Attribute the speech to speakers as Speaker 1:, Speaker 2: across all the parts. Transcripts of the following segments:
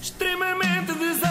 Speaker 1: extremamente desagradável.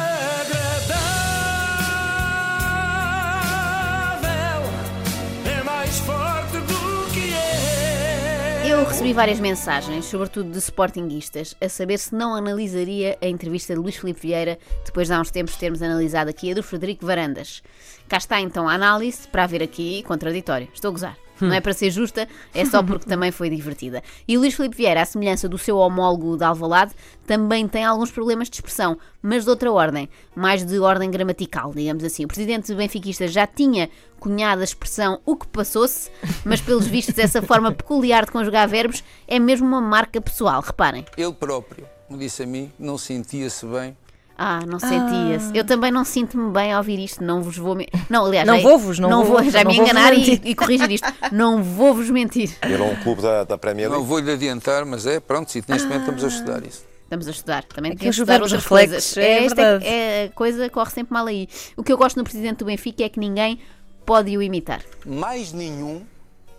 Speaker 1: É mais forte do que é.
Speaker 2: Eu recebi várias mensagens, sobretudo de sportinguistas, a saber se não analisaria a entrevista de Luís Filipe Vieira depois de há uns tempos termos analisado aqui a do Frederico Varandas. Cá está então a análise para haver aqui contraditório. Estou a gozar. Não é para ser justa, é só porque também foi divertida. E o Luís Filipe Vieira, à semelhança do seu homólogo de Alvalade, também tem alguns problemas de expressão, mas de outra ordem, mais de ordem gramatical, digamos assim. O presidente benfiquista já tinha cunhado a expressão o que passou-se, mas pelos vistos essa forma peculiar de conjugar verbos é mesmo uma marca pessoal, reparem.
Speaker 3: Ele próprio me disse a mim que não sentia-se bem.
Speaker 2: Ah, não sentia-se. Eu também não sinto-me bem ao ouvir isto. Não vos vou. me- Não, aliás,
Speaker 4: Não
Speaker 2: já-
Speaker 4: vou-vos, não
Speaker 2: vou.
Speaker 4: vou-vos,
Speaker 2: Já
Speaker 4: não
Speaker 2: me
Speaker 4: vou-vos
Speaker 2: enganar e,
Speaker 4: mentir.
Speaker 2: e corrigir isto. Não vou vos mentir.
Speaker 5: Ele é um clube da, da Premier
Speaker 3: Não
Speaker 5: League.
Speaker 3: vou-lhe adiantar, mas é, pronto, sim, neste momento estamos a estudar isso.
Speaker 2: Estamos a estudar também.
Speaker 4: Aqui
Speaker 2: tem que
Speaker 4: os
Speaker 2: estudar
Speaker 4: verbos
Speaker 2: outras
Speaker 4: reflexos,
Speaker 2: coisas.
Speaker 4: é
Speaker 2: É, esta
Speaker 4: verdade.
Speaker 2: é, a coisa corre sempre mal aí. O que eu gosto no presidente do Benfica é que ninguém pode o imitar.
Speaker 3: Mais nenhum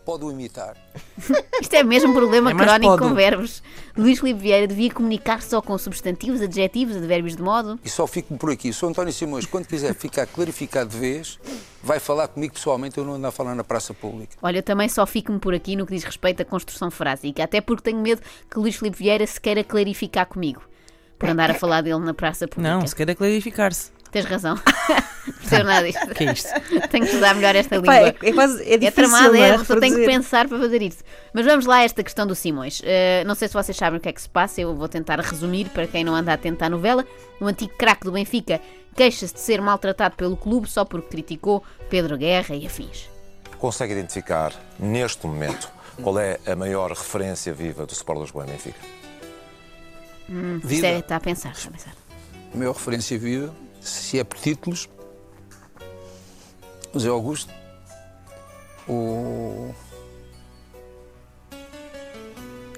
Speaker 3: pode o imitar.
Speaker 2: Isto é mesmo problema
Speaker 4: mais
Speaker 2: crónico
Speaker 4: pode.
Speaker 2: com verbos. Luís Filipe Vieira devia comunicar só com substantivos, adjetivos, advérbios de modo.
Speaker 3: E só fico por aqui. Sou António Simões, quando quiser ficar clarificado de vez, vai falar comigo pessoalmente, eu não ando a falar na praça pública.
Speaker 2: Olha, eu também só fico-me por aqui no que diz respeito à construção frásica, até porque tenho medo que Luís Filipe Vieira se queira clarificar comigo. Por andar a falar dele na praça pública.
Speaker 6: Não, se quer é clarificar-se.
Speaker 2: Tens razão. Não percebo nada disto.
Speaker 6: Que é isto?
Speaker 2: Tenho que estudar melhor esta língua.
Speaker 4: Pá, é, é quase. É
Speaker 2: É
Speaker 4: difícil.
Speaker 2: tramada,
Speaker 4: não
Speaker 2: é,
Speaker 4: é?
Speaker 2: a pessoa tem que
Speaker 4: reproduzir.
Speaker 2: pensar para fazer isso. Mas vamos lá a esta questão do Simões. Uh, não sei se vocês sabem o que é que se passa, eu vou tentar resumir para quem não anda atento à novela. O antigo craque do Benfica queixa-se de ser maltratado pelo clube só porque criticou Pedro Guerra e afins.
Speaker 5: Consegue identificar, neste momento, qual é a maior referência viva do Sport Lisboa e Benfica?
Speaker 2: Isto é,
Speaker 3: Vida,
Speaker 2: está a pensar, está a pensar.
Speaker 3: a maior referência viva, se é por títulos, José Augusto, o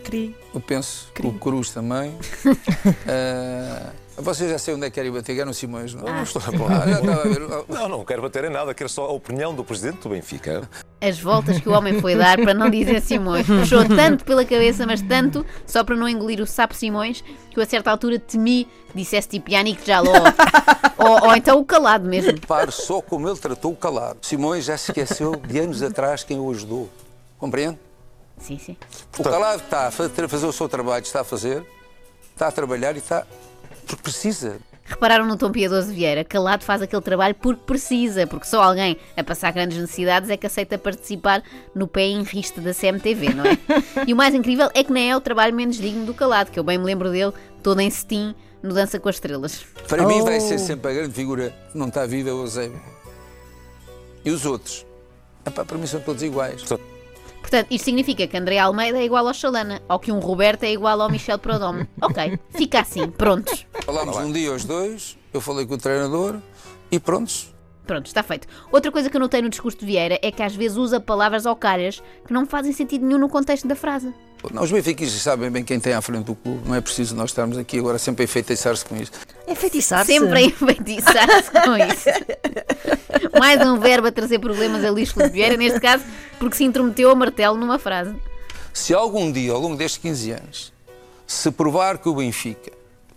Speaker 4: Cri.
Speaker 3: Eu penso que o Cruz também. Ah, vocês já sei onde é que querem bater, é no Simões, não?
Speaker 5: Eu não estou a
Speaker 3: Ah, já
Speaker 5: apontar.
Speaker 3: estava a ver. Ah,
Speaker 5: Não, não quero bater em nada, quero só a opinião do presidente do Benfica.
Speaker 2: As voltas que o homem foi dar para não dizer Simões. Puxou tanto pela cabeça, mas tanto, só para não engolir o sapo Simões, que eu a certa altura temi que dissesse tipo Yannick Jaló. ou, ou então o calado mesmo.
Speaker 3: Repare só como ele tratou o calado. Simões já se esqueceu de anos atrás quem o ajudou. Compreende?
Speaker 2: Sim, sim.
Speaker 3: O calado está a fa- tra- fazer o seu trabalho, está a fazer, está a trabalhar e está. porque precisa.
Speaker 2: Repararam no Tom Piedoso Vieira, calado faz aquele trabalho porque precisa, porque só alguém a passar grandes necessidades é que aceita participar no pé em riste da CMTV, não é? e o mais incrível é que nem é o trabalho menos digno do calado, que eu bem me lembro dele, todo em cetim, no Dança com as Estrelas.
Speaker 3: Para mim,
Speaker 4: Oh.
Speaker 3: vai ser sempre a grande figura que não está viva, é o Eusébio. E os outros? Epá, para mim são todos iguais.
Speaker 2: Portanto, isto significa que André Almeida é igual ao Chalana, ou que um Roberto é igual ao Michel Prodome. Ok, fica assim, prontos.
Speaker 5: Tá
Speaker 3: Falámos um dia aos dois, eu falei com o treinador e prontos.
Speaker 2: Pronto, está feito. Outra coisa que eu notei no discurso de Vieira é que às vezes usa palavras ou calhas que não fazem sentido nenhum no contexto da frase.
Speaker 3: Não, os benfiquistas sabem bem quem tem à frente do clube, não é preciso nós estarmos aqui agora sempre a enfeitiçar-se com isto.
Speaker 4: É feitiçar-se.
Speaker 2: Sempre a enfeitiçar-se com isso. Mais um verbo a trazer problemas a Luís Filipe Vieira, neste caso, porque se intrometeu a martelo numa frase.
Speaker 3: Se algum dia, ao longo destes 15 anos, se provar que o Benfica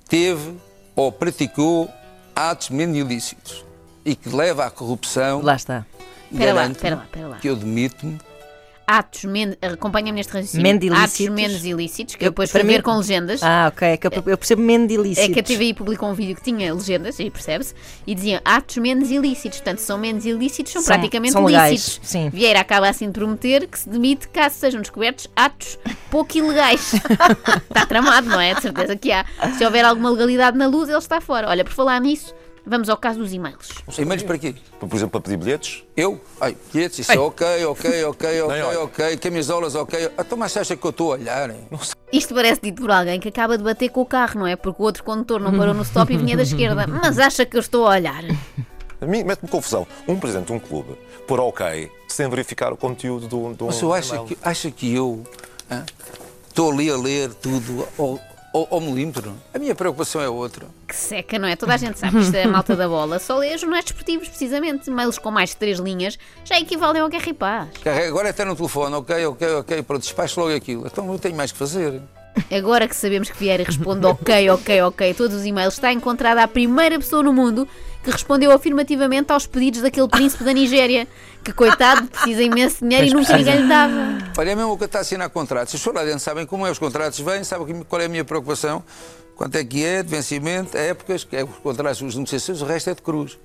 Speaker 3: teve ou praticou atos menos ilícitos e que leva à corrupção,
Speaker 6: Lá está.
Speaker 2: Espera lá,
Speaker 3: garanto-me
Speaker 2: espera lá, espera lá.
Speaker 3: que eu demito-me.
Speaker 2: Atos menos. Acompanha-me neste
Speaker 4: Menos
Speaker 2: raciocínio.
Speaker 4: ilícitos?
Speaker 2: Atos menos ilícitos, que
Speaker 4: Eu-
Speaker 2: eu depois
Speaker 4: para
Speaker 2: fui ver
Speaker 4: mim-
Speaker 2: com legendas.
Speaker 4: Ah, ok. É que eu, eu percebo mendilícitos.
Speaker 2: É que a TVI publicou um vídeo que tinha legendas, aí percebe-se, e diziam atos menos ilícitos. Portanto, são menos ilícitos, são,
Speaker 4: São-
Speaker 2: praticamente
Speaker 4: são legais,
Speaker 2: ilícitos.
Speaker 4: sim.
Speaker 2: Vieira acaba assim de prometer que se demite caso sejam descobertos atos pouco ilegais. está tramado, não é? De certeza que há. Se houver alguma legalidade na luz, ele está fora. Olha, por falar nisso, vamos ao caso dos e-mails.
Speaker 3: E-mails para quê?
Speaker 5: Por exemplo, para pedir bilhetes,
Speaker 3: Eu? Ai, bilhetes, isso é ok, ok, ok, ok,
Speaker 5: olha.
Speaker 3: ok, camisolas, ok. Então, mas acha que eu estou a olhar? hein?
Speaker 2: Isto parece dito por alguém que acaba de bater com o carro, não é? Porque o outro condutor não parou no stop e vinha da esquerda. Mas acha que eu estou a olhar.
Speaker 5: a mim mete-me confusão. Um presidente de um clube, por ok, sem verificar o conteúdo do. do
Speaker 3: O senhor acha que, acha que eu hã, estou ali a ler tudo ao, ao, ao milímetro? A minha preocupação é outra.
Speaker 2: Que seca, não é? Toda a gente sabe que isto é a malta da bola. Só lê jornais desportivos, precisamente. Mails com mais de três linhas já equivalem ao Guerra e Paz.
Speaker 3: Carrega agora até no telefone, ok, ok, ok, pronto, despacho logo aquilo. Então não tenho mais que fazer.
Speaker 2: Agora que sabemos que Vieira responde ok, ok, ok a todos os e-mails, está encontrada a primeira pessoa no mundo que respondeu afirmativamente aos pedidos daquele príncipe da Nigéria, que coitado, precisa imenso dinheiro e nunca ninguém lhe dava.
Speaker 3: Olha, é mesmo o que está a assinar contratos. Os lá dentro sabem como é, os contratos vêm, sabem que- qual é a minha preocupação, quanto é que é, de vencimento, épocas, que é os contratos, os negociações, o resto é de cruz.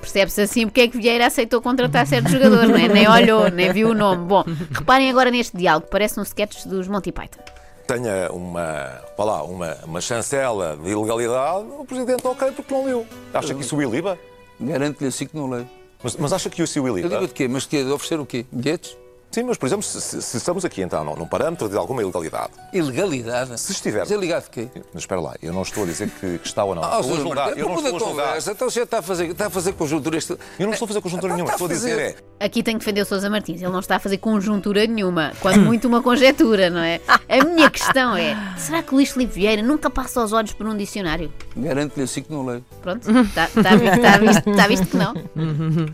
Speaker 2: Percebe-se assim porque é que Vieira aceitou contratar certo jogador, não é? nem olhou, nem viu o nome. Bom, reparem agora neste diálogo, parece um sketch dos Monty Python.
Speaker 5: tenha uma, vá lá, uma, uma chancela de ilegalidade, o Presidente ok porque não leu. Acha que isso o iliba?
Speaker 3: Garanto-lhe assim que não leio.
Speaker 5: Mas, mas acha que isso o
Speaker 3: Eu
Speaker 5: iliba?
Speaker 3: digo de quê? Mas de quê? De oferecer o quê? Bilhetes?
Speaker 5: Sim, mas por exemplo, se, se- se estamos aqui então num, num parâmetro de alguma ilegalidade,
Speaker 3: Ilegalidade.
Speaker 5: se estiver...
Speaker 3: Mas é ligado de quê?
Speaker 5: Mas espera lá, eu não estou a dizer que, que está ou não.
Speaker 3: Ah,
Speaker 5: estou a
Speaker 3: Sr.
Speaker 5: julgar,
Speaker 3: Martins,
Speaker 5: eu não
Speaker 3: procura
Speaker 5: estou a julgar.
Speaker 3: conversa. Então o senhor está a fazer, está a fazer conjuntura. Este...
Speaker 5: Eu não estou a fazer conjuntura nenhuma,
Speaker 3: Está
Speaker 5: estou
Speaker 3: a
Speaker 5: a dizer é...
Speaker 3: fazer.
Speaker 2: Aqui tenho que defender o Sousa Martins, ele não está a fazer conjuntura nenhuma, quando muito uma conjetura, não é? A minha questão é: será que Luís Filipe Vieira nunca passa os olhos por um dicionário?
Speaker 5: é.
Speaker 3: Garanto-lhe assim que não leio.
Speaker 2: Pronto, está tá, tá visto, tá visto que não.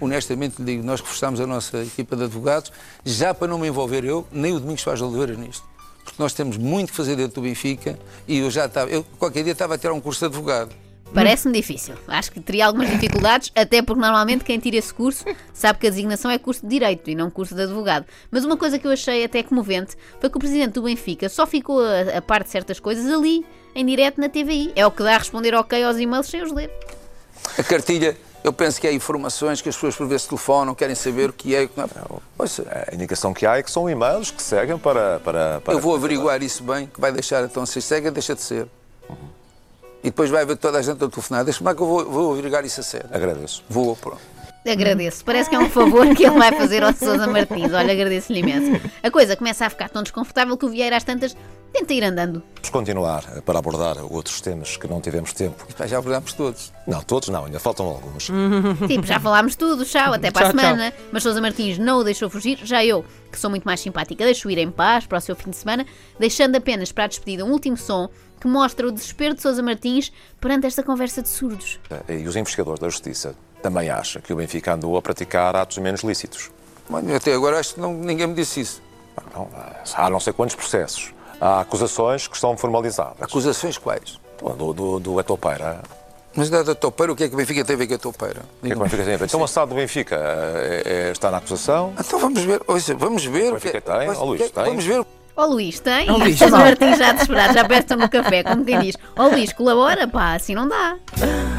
Speaker 3: Honestamente lhe digo, nós reforçámos a nossa equipa de advogados, já para não me envolver eu, nem o Domingos Faz de Oliveira nisto. Porque nós temos muito que fazer dentro do Benfica e eu já estava, eu qualquer dia estava a tirar um curso de advogado.
Speaker 2: Parece-me difícil. Acho que teria algumas dificuldades, até porque normalmente quem tira esse curso sabe que a designação é curso de Direito e não curso de Advogado. Mas uma coisa que eu achei até comovente foi que o presidente do Benfica só ficou a, a par de certas coisas ali, em direto na TVI. É o que dá a responder ok aos e-mails sem os ler.
Speaker 3: A cartilha, eu penso que há informações que as pessoas por vezes telefonam, querem saber o que é. o que não é.
Speaker 5: Ah,
Speaker 3: Ouça,
Speaker 5: A indicação que há é que são e-mails que seguem para... para, para
Speaker 3: eu vou averiguar isso bem, que vai deixar então se cega, deixa de ser. E depois vai ver toda a gente a telefonar. Deixa-me lá que eu vou, vou averiguar isso a sério.
Speaker 5: Agradeço.
Speaker 3: Vou, pronto.
Speaker 2: Agradeço. Parece que é um favor que ele vai fazer ao Sousa Martins. Olha, agradeço-lhe imenso. A coisa começa a ficar tão desconfortável que o Vieira às tantas tenta ir andando.
Speaker 5: Vamos continuar eh, para abordar outros temas que não tivemos tempo.
Speaker 3: Pá, Já abordámos todos.
Speaker 5: Não, todos não, ainda faltam alguns.
Speaker 3: Uhum.
Speaker 2: Tipo, já falámos tudo, tchau, até para a
Speaker 4: Tchau, tchau.
Speaker 2: semana. Mas Sousa Martins não o deixou fugir, já eu, que sou muito mais simpática, deixo ir em paz para o seu fim de semana, deixando apenas para a despedida um último som que mostra o desespero de Sousa Martins perante esta conversa de surdos.
Speaker 5: E os investigadores da Justiça também acham que o Benfica andou a praticar atos menos lícitos.
Speaker 3: Mano, até agora acho que não- ninguém me disse isso.
Speaker 5: Não, há não sei quantos processos. Há acusações que estão formalizadas.
Speaker 3: Acusações quais?
Speaker 5: Do, do, do Etopeira.
Speaker 3: Mas nada de topeira, o que é que o Benfica tem a ver com a topeira?
Speaker 5: O que é que o Benfica tem a ver? Então, o assado do Benfica eh, eh, está na acusação.
Speaker 3: Então vamos ver, ouça, vamos ver. o que-
Speaker 5: Benfica tem,
Speaker 3: ouça,
Speaker 5: ó,
Speaker 3: o que é-
Speaker 5: Luís, tem.
Speaker 3: Vamos ver.
Speaker 2: Ó Luís, tem?
Speaker 4: Ó, Luís,
Speaker 2: Sousa
Speaker 4: não.
Speaker 2: Martins já desesperado, já aperta no café, como quem diz. Ó Luís, colabora, pá, assim não dá.
Speaker 1: É